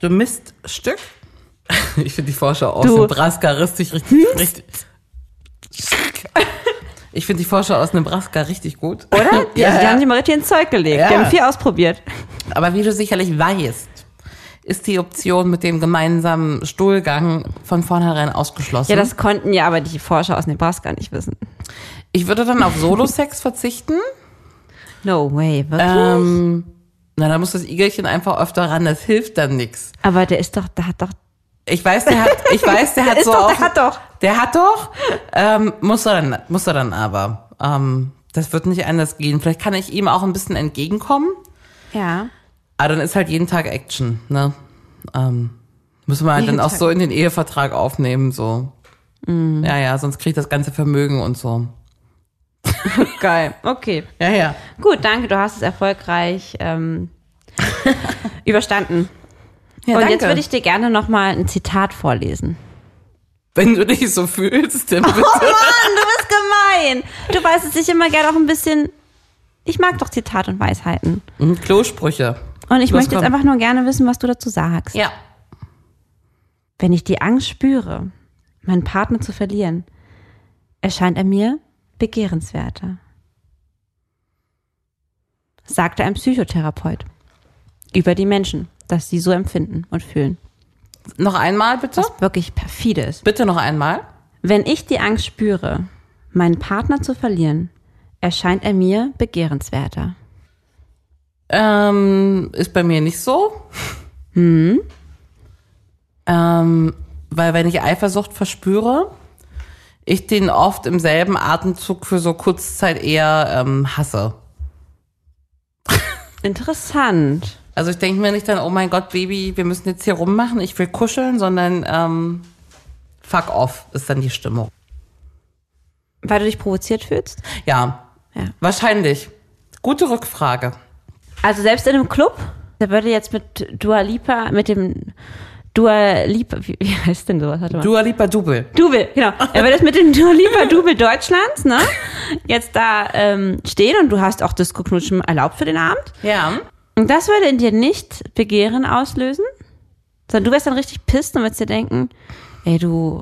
du Miststück. Ich finde die Forscher aus
Du-
Nebraska richtig, richtig, richtig. Ich finde die Forscher aus Nebraska richtig gut.
Oder? Die,
Ja,
also die
ja.
haben sich mal richtig ins Zeug gelegt. Die
Ja.
haben viel ausprobiert.
Aber wie du sicherlich weißt, ist die Option mit dem gemeinsamen Stuhlgang von vornherein ausgeschlossen.
Ja, das konnten ja aber die Forscher aus Nebraska nicht wissen.
ich würde dann auf Solosex verzichten.
No way, wirklich?
Ähm, na, da muss das Igelchen einfach öfter ran. Das hilft dann nix.
aber der ist doch, der hat doch
Ich weiß, der hat, ich weiß, der hat
Ist
so
doch,
auf,
der hat doch.
Der hat doch. Ähm, muss er dann, muss er dann aber. Ähm, das wird nicht anders gehen. Vielleicht kann ich ihm auch ein bisschen entgegenkommen.
Ja.
Aber dann ist halt jeden Tag Action, ne? Ähm, müssen wir halt
Jeden
dann auch
Tag. Mhm.
so in den Ehevertrag aufnehmen, so. Ja, ja, sonst kriegt das ganze Vermögen und so.
Geil. Okay.
Ja, ja.
Gut, danke. Du hast es erfolgreich ähm, überstanden.
ja
Und
danke.
jetzt würde ich dir gerne nochmal ein Zitat vorlesen.
Wenn du dich so fühlst, dann bitte.
Mann, du bist gemein. Du weißt es ich immer gerne auch ein bisschen. Ich mag doch Zitat und Weisheiten.
Mhm, Klosprüche.
Und ich
Los,
möchte jetzt
komm.
einfach nur gerne wissen, was du dazu sagst.
Ja.
Wenn ich die Angst spüre, meinen Partner zu verlieren, erscheint er mir begehrenswerter. Sagte ein Psychotherapeut über die Menschen, dass sie so empfinden und fühlen.
Noch einmal, bitte?
Was wirklich perfide ist.
Bitte noch einmal.
Wenn ich die Angst spüre, meinen Partner zu verlieren, erscheint er mir begehrenswerter.
Ähm, ist bei mir nicht so.
Mhm.
Ähm, weil wenn ich Eifersucht verspüre, ich den oft im selben Atemzug für so Kurzzeit eher ähm, hasse.
Interessant.
Also ich denke mir nicht dann, oh mein Gott, Baby, wir müssen jetzt hier rummachen, ich will kuscheln, sondern ähm, fuck off ist dann die Stimmung.
Weil du dich provoziert fühlst?
Ja,
Ja.
wahrscheinlich. Gute Rückfrage.
Also selbst in einem Club, der würde jetzt mit Dua Lipa, mit dem Dua Lipa, wie, wie heißt denn sowas? Warte mal.
Dua Lipa Double.
Double, genau. Er würde jetzt mit dem Dua Lipa Double Deutschlands, ne? Jetzt da ähm, stehen und du hast auch Disco-Knutschen erlaubt für den Abend.
Ja.
Und das würde in dir nicht Begehren auslösen, sondern du wärst dann richtig pisst und würdest dir denken, ey, du,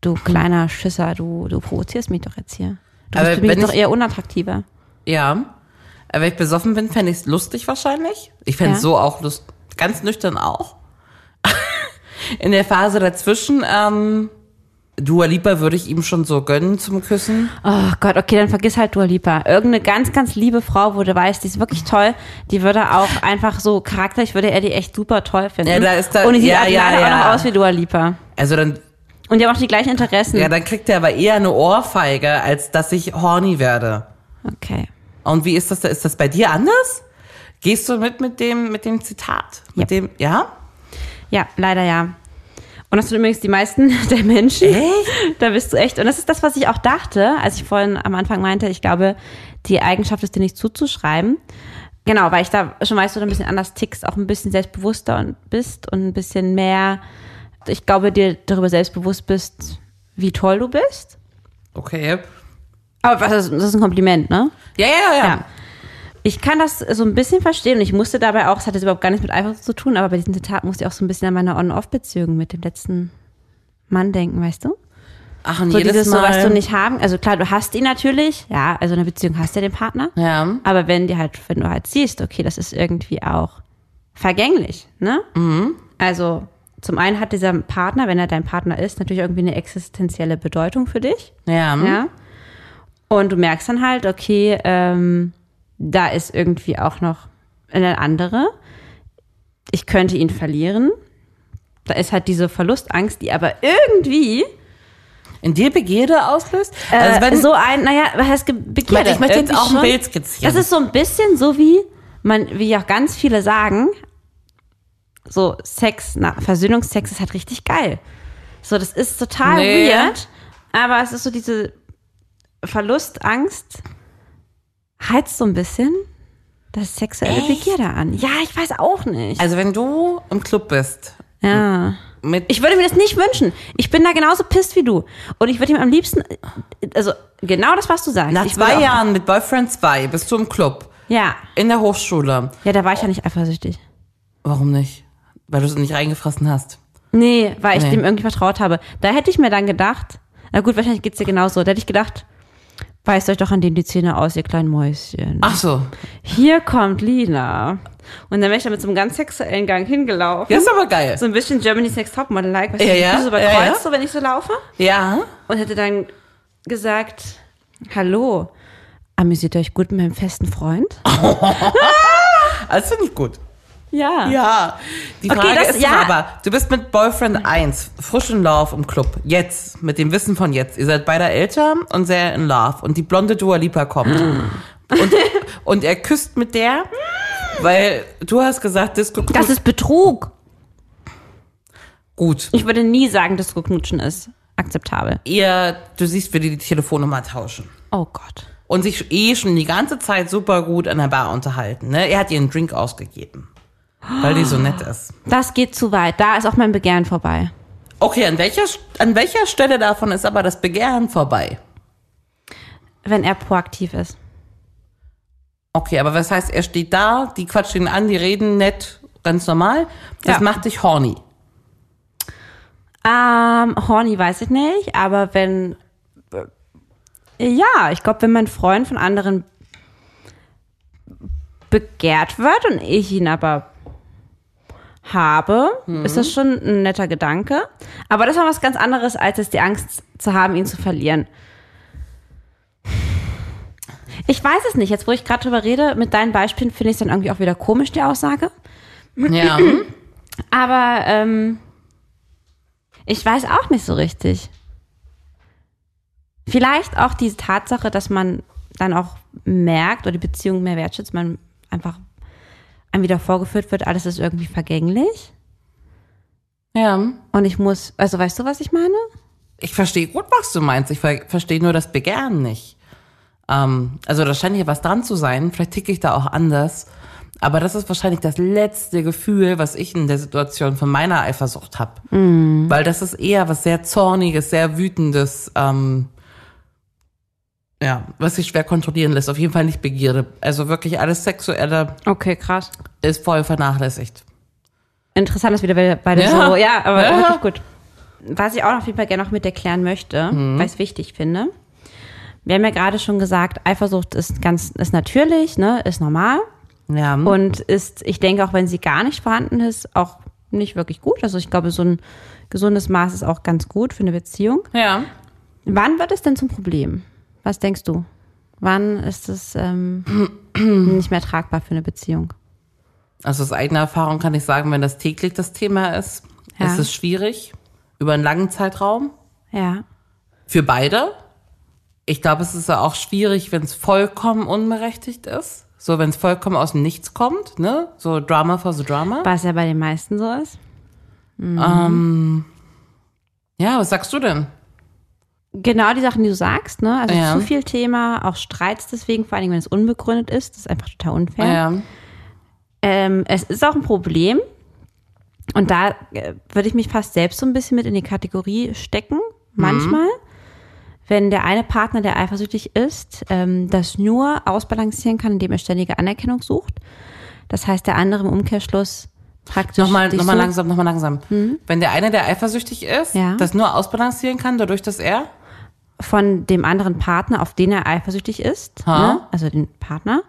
du kleiner Schisser, du, du provozierst mich doch jetzt hier. Du
Aber
bist für mich
wenn
doch
ich-
eher unattraktiver.
Ja. Aber wenn ich besoffen bin, fände ich es lustig wahrscheinlich. Ich fände es
Ja.
so auch lustig. Ganz nüchtern auch. In der Phase dazwischen, ähm, Dua Lipa würde ich ihm schon so gönnen zum Küssen.
Oh Gott, okay, dann vergiss halt Dua Lipa. Irgendeine ganz, ganz liebe Frau, wo du weißt, die ist wirklich toll. Die würde auch einfach so charakterlich, würde er die echt super toll finden.
Ja, da ist da-
Und die sieht
ja,
halt
ja,
leider
ja.
auch noch aus wie Dua Lipa.
Also dann,
Und die haben auch die gleichen Interessen.
ja, dann kriegt er aber eher eine Ohrfeige, als dass ich horny werde.
okay.
Und wie ist das? da? Ist das bei dir anders? Gehst du mit mit dem mit dem Zitat? Mit
Ja.
dem ja?
Ja, leider ja. Und das sind übrigens die meisten der Menschen.
Echt?
Da bist du echt. Und das ist das, was ich auch dachte, als ich vorhin am Anfang meinte, ich glaube, die Eigenschaft ist dir nicht zuzuschreiben. Genau, weil ich da schon weiß, du da ein bisschen anders tickst, auch ein bisschen selbstbewusster und bist und ein bisschen mehr, ich glaube, dir darüber selbstbewusst bist, wie toll du bist.
Okay.
Aber was ist, das ist ein Kompliment, ne?
Ja, ja, ja. ja.
Ich kann das so ein bisschen verstehen und ich musste dabei auch, es hat jetzt überhaupt gar nichts mit Eifersucht zu tun, aber bei diesem Zitat musste ich auch so ein bisschen an meine On-Off-Beziehung mit dem letzten Mann denken, weißt du?
Ach, und
So
jedes
dieses,
Mal.
so was du nicht haben. Also klar, du hast ihn natürlich, ja, also in einer Beziehung hast du ja den Partner.
Ja.
Aber wenn dir halt, wenn du halt siehst, okay, das ist irgendwie auch vergänglich, ne?
Mhm.
Also zum einen hat dieser Partner, wenn er dein Partner ist, natürlich irgendwie eine existenzielle Bedeutung für dich.
Ja.
Ja. Und du merkst dann halt, okay, ähm, da ist irgendwie auch noch eine andere. Ich könnte ihn verlieren. Da ist halt diese Verlustangst, die aber irgendwie
In dir Begierde auslöst?
äh,
also wenn,
so ein, naja, was heißt Ge- Begierde?
Ich möchte jetzt
Irgendwie
auch ein
schon-
Bild skizzieren.
Das ist so ein bisschen so wie man, wie auch ganz viele sagen, so Sex, na, Versöhnungsex ist halt richtig geil. So, das ist total
Nee.
weird, aber es ist so diese Verlustangst heizt so ein bisschen das sexuelle Begierde an. Ja, ich weiß auch nicht.
also wenn du im Club bist,
ja.
mit
Ich würde mir das nicht wünschen. Ich bin da genauso pisst wie du. Und ich würde ihm am liebsten, also genau das, was du sagst.
nach
ich
zwei
würde auch-
Jahren mit Boyfriend 2 bist du im Club,
Ja.
in der Hochschule.
Ja, da war ich ja nicht eifersüchtig.
Warum nicht? Weil du es nicht reingefressen hast.
Nee, weil ich
Nee.
dem irgendwie vertraut habe. Da hätte ich mir dann gedacht, na gut, wahrscheinlich geht's dir genauso. Da hätte ich gedacht, weißt euch doch an dem die Zähne aus, ihr kleinen Mäuschen.
Ach so.
Hier kommt Lina. Und dann wäre ich da mit so einem ganz sexuellen Gang hingelaufen.
Das ist aber geil.
So ein bisschen Germany's Next Topmodel-like, weißt
Ja,
du, die
ja,
Füße so
ja,
überkreuzt,
ja.
so wenn ich so laufe.
Ja.
Und hätte dann gesagt, hallo, amüsiert ihr euch gut mit meinem festen Freund?
Das Also finde ich gut.
Ja.
Ja. Die
Okay,
Frage
das-
ist
ja.
aber, du bist mit Boyfriend 1 frisch in Love im Club. Jetzt, mit dem Wissen von jetzt. Ihr seid beide älter und sehr in Love. Und die blonde Dua Lipa kommt. und, und er küsst mit der, weil du hast gesagt, Disco
Das ist Betrug.
gut.
Ich würde nie sagen, dass Knutschen ist akzeptabel.
Ihr, du siehst, wir die, die Telefonnummer tauschen.
Oh Gott.
Und sich eh schon die ganze Zeit super gut an der Bar unterhalten. Ne? Er hat ihr einen Drink ausgegeben. Weil die so nett ist.
Das geht zu weit. Da ist auch mein Begehren vorbei.
Okay, an welcher, an welcher Stelle davon ist aber das Begehren vorbei?
Wenn er proaktiv ist.
Okay, aber was heißt, er steht da, die quatschen ihn an, die reden nett, ganz normal. Das
Ja.
macht dich horny.
Ähm, horny weiß ich nicht, aber wenn. äh, Ja, ich glaube, wenn mein Freund von anderen begehrt wird und ich ihn aber habe, ist das schon ein netter Gedanke. Aber das war was ganz anderes, als es die Angst zu haben, ihn zu verlieren. Ich weiß es nicht. Jetzt, wo ich gerade drüber rede, mit deinen Beispielen finde ich es dann irgendwie auch wieder komisch, die Aussage.
Ja.
Aber ähm, ich weiß auch nicht so richtig. Vielleicht auch diese Tatsache, dass man dann auch merkt oder die Beziehung mehr wertschätzt, man einfach einem wieder vorgeführt wird, alles ist irgendwie vergänglich.
ja.
Und ich muss, also weißt du, was ich meine?
Ich verstehe gut, was du meinst. Ich ver verstehe nur das Begehren nicht. Ähm, also da scheint hier was dran zu sein. Vielleicht ticke ich da auch anders. Aber das ist wahrscheinlich das letzte Gefühl, was ich in der Situation von meiner Eifersucht habe. Weil das ist eher was sehr Zorniges, sehr Wütendes, ähm, ja, was sich schwer kontrollieren lässt. Auf jeden Fall nicht Begierde. Also wirklich alles Sexuelle
Okay, krass.
ist voll vernachlässigt.
Interessant, dass wir wieder beide
Ja.
so, ja, aber
Ja.
wirklich gut. Was ich auch auf jeden Fall gerne noch mit erklären möchte, weil ich es wichtig finde. Wir haben ja gerade schon gesagt, Eifersucht ist ganz, ist natürlich, ne, ist normal.
Ja.
Und ist, ich denke, auch wenn sie gar nicht vorhanden ist, auch nicht wirklich gut. Also ich glaube, so ein gesundes Maß ist auch ganz gut für eine Beziehung.
ja.
Wann wird es denn zum Problem? Was denkst du? Wann ist es ähm, nicht mehr tragbar für eine Beziehung?
Also aus eigener Erfahrung kann ich sagen, wenn das täglich das Thema ist,
Ja.
ist es schwierig über einen langen Zeitraum
Ja.
für beide. Ich glaube, es ist auch schwierig, wenn es vollkommen unberechtigt ist. So, wenn es vollkommen aus dem Nichts kommt, ne? So Drama for the Drama.
Was ja bei den meisten so ist.
Ja, was sagst du denn?
Genau die Sachen, die du sagst, ne? Also
Ja.
zu viel Thema, auch Streits deswegen, vor allem wenn es unbegründet ist, das ist einfach total unfair.
Ja.
Ähm, es ist auch ein Problem. Und
Mhm.
da äh, würde ich mich fast selbst so ein bisschen mit in die Kategorie stecken, manchmal. wenn der eine Partner, der eifersüchtig ist, ähm, das nur ausbalancieren kann, indem er ständige Anerkennung sucht. Das heißt, der andere im Umkehrschluss praktisch.
Nochmal,
dich
nochmal
sucht.
langsam, nochmal langsam. Wenn der eine, der eifersüchtig ist,
Mhm. Ja.
das nur ausbalancieren kann, dadurch, dass er.
von dem anderen Partner, auf den er eifersüchtig ist,
Ha.
ne, also den Partner,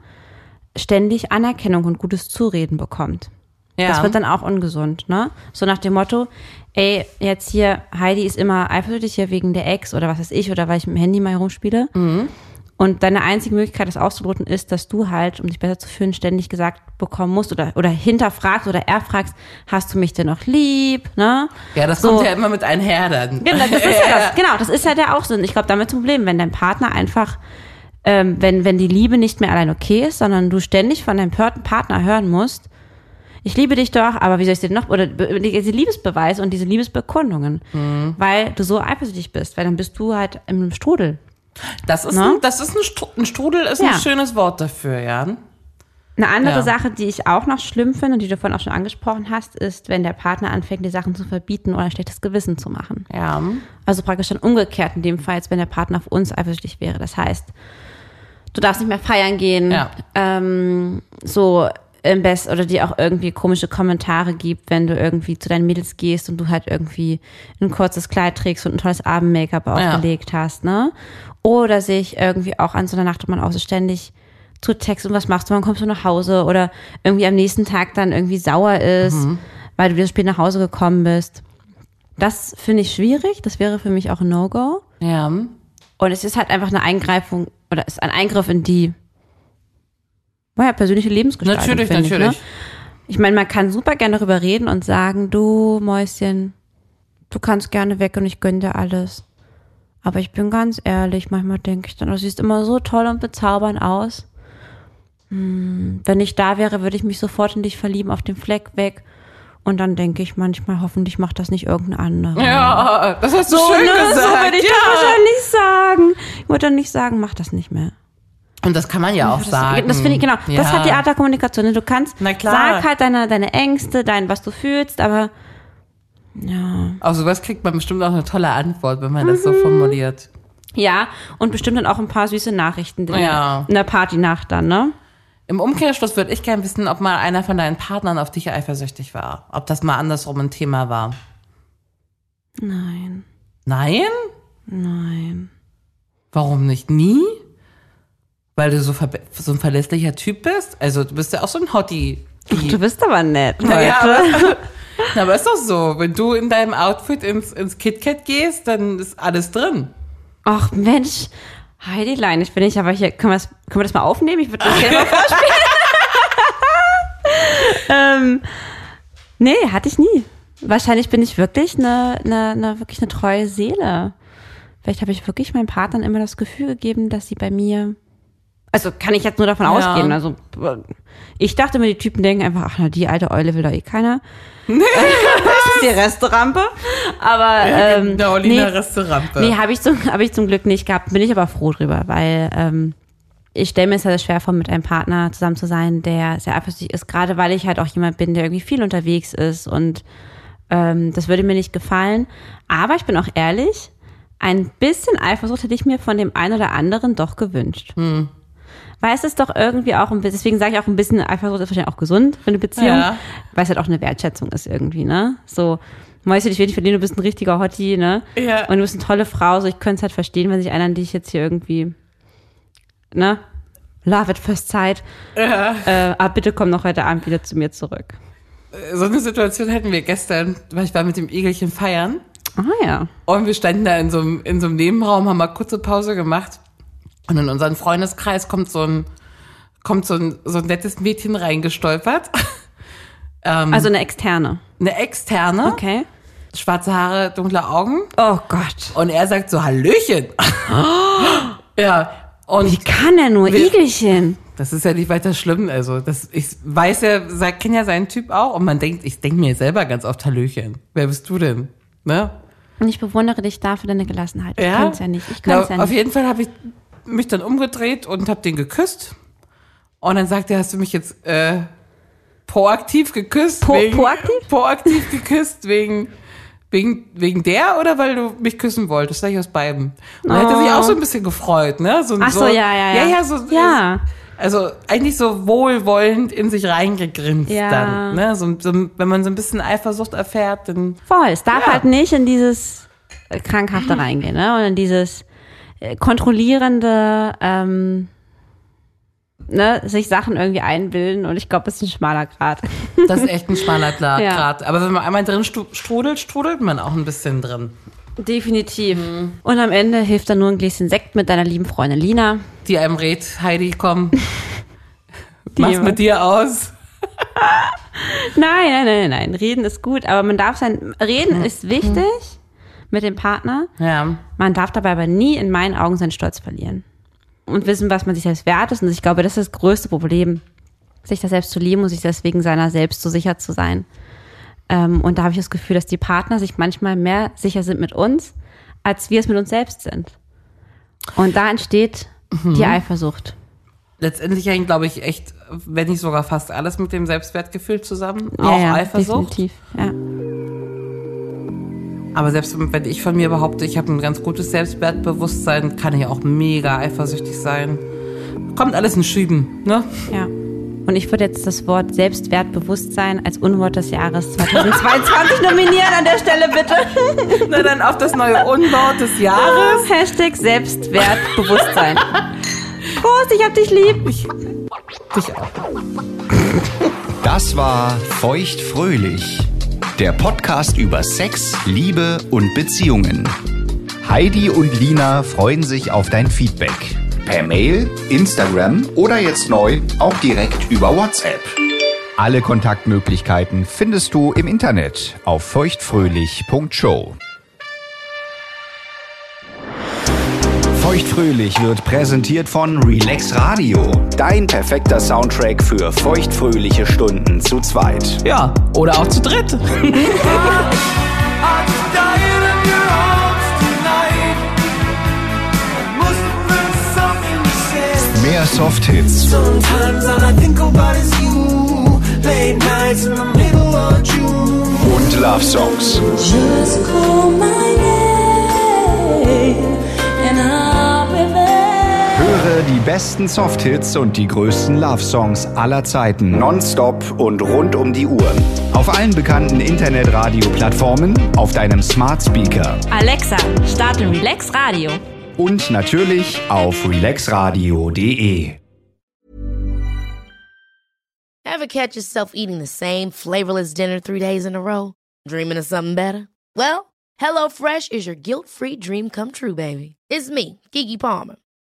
ständig Anerkennung und gutes Zureden bekommt.
Ja.
Das wird dann auch ungesund, ne? So nach dem Motto, ey, jetzt hier, Heidi ist immer eifersüchtig hier wegen der Ex oder was weiß ich oder weil ich mit dem Handy mal herumspiele. Und deine einzige Möglichkeit, das auszuloten, ist, dass du halt, um dich besser zu fühlen, ständig gesagt bekommen musst oder, oder hinterfragst oder erfragst, hast du mich denn noch lieb, ne?
ja, das
So.
kommt ja immer mit einher dann.
Genau, das ist ja das. Genau, das ist ja der Aufsinn. Ich glaube, damit zum Problem, wenn dein Partner einfach, ähm, wenn, wenn die Liebe nicht mehr allein okay ist, sondern du ständig von deinem Pört- Partner hören musst, ich liebe dich doch, aber wie soll ich dir noch, oder be- diese Liebesbeweise und diese Liebesbekundungen, weil du so eifersüchtig bist, weil dann bist du halt im Strudel.
Das ist,
Ne?
ein, das ist ein, Stru ein Strudel, ist
Ja.
ein schönes Wort dafür, ja.
Eine andere
Ja.
Sache, die ich auch noch schlimm finde und die du vorhin auch schon angesprochen hast, ist, wenn der Partner anfängt, die Sachen zu verbieten oder ein schlechtes Gewissen zu machen.
Ja.
Also praktisch dann umgekehrt in dem Fall, als wenn der Partner auf uns eifersüchtig wäre. Das heißt, du darfst nicht mehr feiern gehen,
Ja.
ähm, so im Best oder die auch irgendwie komische Kommentare gibt, wenn du irgendwie zu deinen Mädels gehst und du halt irgendwie ein kurzes Kleid trägst und ein tolles Abend-Make-up aufgelegt hast, ne? Oder sich irgendwie auch an so einer Nacht, wo man auch so ständig zu Text und was machst du, wann kommst du nach Hause oder irgendwie am nächsten Tag dann irgendwie sauer ist,
Mhm.
weil du wieder spät nach Hause gekommen bist. Das finde ich schwierig. Das wäre für mich auch ein No-Go.
Ja.
Und es ist halt einfach eine Eingreifung oder ist ein Eingriff in die naja, persönliche Lebensgestaltung.
Natürlich,
finde
natürlich.
Ich, ne? ich meine, man kann super gerne darüber reden und sagen, du Mäuschen, du kannst gerne weg und ich gönne dir alles. Aber ich bin ganz ehrlich, manchmal denke ich dann, du siehst immer so toll und bezaubernd aus. Hm, wenn ich da wäre, würde ich mich sofort in dich verlieben, auf den Fleck weg. Und dann denke ich manchmal, hoffentlich macht das nicht irgendein anderer.
Ja, das hast du
So,
schön
ne?
gesagt.
so würde ich
ja.
das wahrscheinlich sagen. Ich würde dann nicht sagen, mach das nicht mehr.
Und das kann man ja auch sagen.
Das finde ich, genau.
Ja.
Das hat die Art der Kommunikation. ne? Du kannst,
Na klar.
sag halt deine, deine Ängste, dein, was du fühlst, aber
Auf sowas kriegt man bestimmt auch eine tolle Antwort, wenn man das
Mhm.
so formuliert.
ja. Und bestimmt dann auch ein paar süße Nachrichten in,
Ja.
in der Partynacht dann, ne?
Im Umkehrschluss würde ich gerne wissen, ob mal einer von deinen Partnern auf dich eifersüchtig war. Ob das mal andersrum ein Thema war.
Nein,
Nein?
nein.
Warum nicht? Nie? Weil du so, verbe- so ein verlässlicher Typ bist? Also du bist ja auch so ein Hottie.
Du bist aber nett.
Ja,
heute.
aber, na, aber ist doch so. Wenn du in deinem Outfit ins, ins KitKat gehst, dann ist alles drin.
Ach Mensch, Heidi Lein, ich bin nicht, aber hier, können wir das, können wir das mal aufnehmen? Ich würde das gerne mal vorspielen. ähm, nee, hatte ich nie. Wahrscheinlich bin ich wirklich eine, eine, eine, wirklich eine treue Seele. Vielleicht habe ich wirklich meinen Partnern immer das Gefühl gegeben, dass sie bei mir. Also kann ich jetzt nur davon ausgehen. Also ich dachte mir, die Typen denken einfach, ach na, die alte Eule will doch eh keiner. das ist die Resterampe. Aber ähm,
Der Olina
nee,
Restaurante.
Nee, habe ich, zum- hab ich zum Glück nicht gehabt. Bin ich aber froh drüber, weil ähm, ich stelle mir es halt schwer vor, mit einem Partner zusammen zu sein, der sehr eifersüchtig ist. Gerade weil ich halt auch jemand bin, der irgendwie viel unterwegs ist und ähm, das würde mir nicht gefallen. Aber ich bin auch ehrlich, ein bisschen Eifersucht hätte ich mir von dem einen oder anderen doch gewünscht. Weil es ist doch irgendwie auch ein bisschen, deswegen sage ich auch ein bisschen, Eifersucht ist wahrscheinlich auch gesund für eine Beziehung,
Ja.
weil es halt auch eine Wertschätzung ist irgendwie, ne? So, weißt du, dich wenig verdienen, du bist ein richtiger Hottie, ne?
Ja.
Und du bist eine tolle Frau, so ich könnte es halt verstehen, wenn sich einer an dich jetzt hier irgendwie, ne? Love at first sight. Ja. Äh, aber bitte komm noch heute Abend wieder zu mir zurück.
So eine Situation hatten wir gestern, weil ich war mit dem Igelchen feiern.
Ah ja.
Und wir standen da in so einem, in so einem Nebenraum, haben mal kurze Pause gemacht. Und in unseren Freundeskreis kommt so ein, kommt so ein, so ein nettes Mädchen reingestolpert. Ähm.
Also eine externe.
Eine externe,
Okay.
schwarze Haare, dunkle Augen.
Oh Gott.
Und er sagt so, Hallöchen. ja.
Wie
Und
kann er nur?
Wir-
Igelchen.
das ist ja nicht weiter schlimm. Also, das, ich weiß ja, sag, kenn ja seinen Typ auch. Und man denkt, ich denke mir selber ganz oft Hallöchen. Wer bist du denn? Ne?
Und ich bewundere dich dafür deine Gelassenheit. Ich kann es ja nicht. Ich kann es
Na,
ja
Auf
nicht.
jeden Fall habe ich mich dann umgedreht und habe den geküsst. Und dann sagt er, hast du mich jetzt äh, proaktiv geküsst?
Po- proaktiv?
Proaktiv geküsst wegen, Wegen, wegen der oder weil du mich küssen wolltest? Sag ich aus beidem. Und da hätte
Oh.
sich auch so ein bisschen gefreut, ne? So,
Ach so, ja, ja, ja.
Ja, ja, so.
Ja.
Also eigentlich so wohlwollend in sich reingegrinst
Ja.
dann. Ne? So, so, wenn man so ein bisschen Eifersucht erfährt, dann
Voll. Es darf
Ja.
halt nicht in dieses äh, Krankhafte reingehen, ne? Und in dieses äh, kontrollierende, ähm, ne, sich Sachen irgendwie einbilden. Und ich glaube, es ist ein schmaler Grad.
das ist echt ein schmaler Grat.
Ja.
Grat. Aber wenn man einmal drin stu- strudelt, strudelt man auch ein bisschen drin.
Definitiv. Mhm. Und am Ende hilft dann nur ein Gläschen Sekt mit deiner lieben Freundin Lina.
Die einem rät, Heidi, komm, mach's mit dir aus.
Nein, nein, nein, nein. Reden ist gut, aber man darf sein. Reden ist wichtig mit dem Partner.
Ja.
Man darf dabei aber nie in meinen Augen seinen Stolz verlieren. Und wissen, was man sich selbst wert ist. Und ich glaube, das ist das größte Problem. Sich das selbst zu lieben und sich deswegen seiner selbst so sicher zu sein. Ähm, und da habe ich das Gefühl, dass die Partner sich manchmal mehr sicher sind mit uns, als wir es mit uns selbst sind. Und da entsteht
Mhm.
die Eifersucht.
letztendlich hängt, glaube ich, echt, wenn nicht sogar fast alles mit dem Selbstwertgefühl zusammen.
Ja,
auch
ja,
Eifersucht.
Definitiv. Ja.
Aber selbst wenn ich von mir behaupte, ich habe ein ganz gutes Selbstwertbewusstsein, kann ich auch mega eifersüchtig sein. Kommt alles in Schüben, ne?
Ja. Und ich würde jetzt das Wort Selbstwertbewusstsein als Unwort des Jahres 2022 nominieren an der Stelle bitte.
Na dann auf das neue Unwort des Jahres.
Hashtag Selbstwertbewusstsein. Prost, ich hab dich lieb.
Das war Feuchtfröhlich, der Podcast über Sex, Liebe und Beziehungen. Heidi und Lina freuen sich auf dein Feedback. Per Mail, Instagram oder jetzt neu auch direkt über WhatsApp. Alle Kontaktmöglichkeiten findest du im Internet auf feuchtfröhlich.show. Feuchtfröhlich wird präsentiert von Relax Radio. Dein perfekter Soundtrack für feuchtfröhliche Stunden zu zweit.
Ja, oder auch zu dritt.
Mehr Softhits, und Love Songs. Höre die besten Softhits und die größten Love Songs aller Zeiten nonstop und rund um die Uhr auf allen bekannten Internetradio-Plattformen, auf deinem Smart Speaker
Alexa, starte Relax Radio.
und natürlich auf relaxradio.de.
Ever catch yourself eating the same flavorless dinner three days in a row? Dreaming of something better? Well, HelloFresh is your guilt-free dream come true, baby. It's me, Kiki Palmer.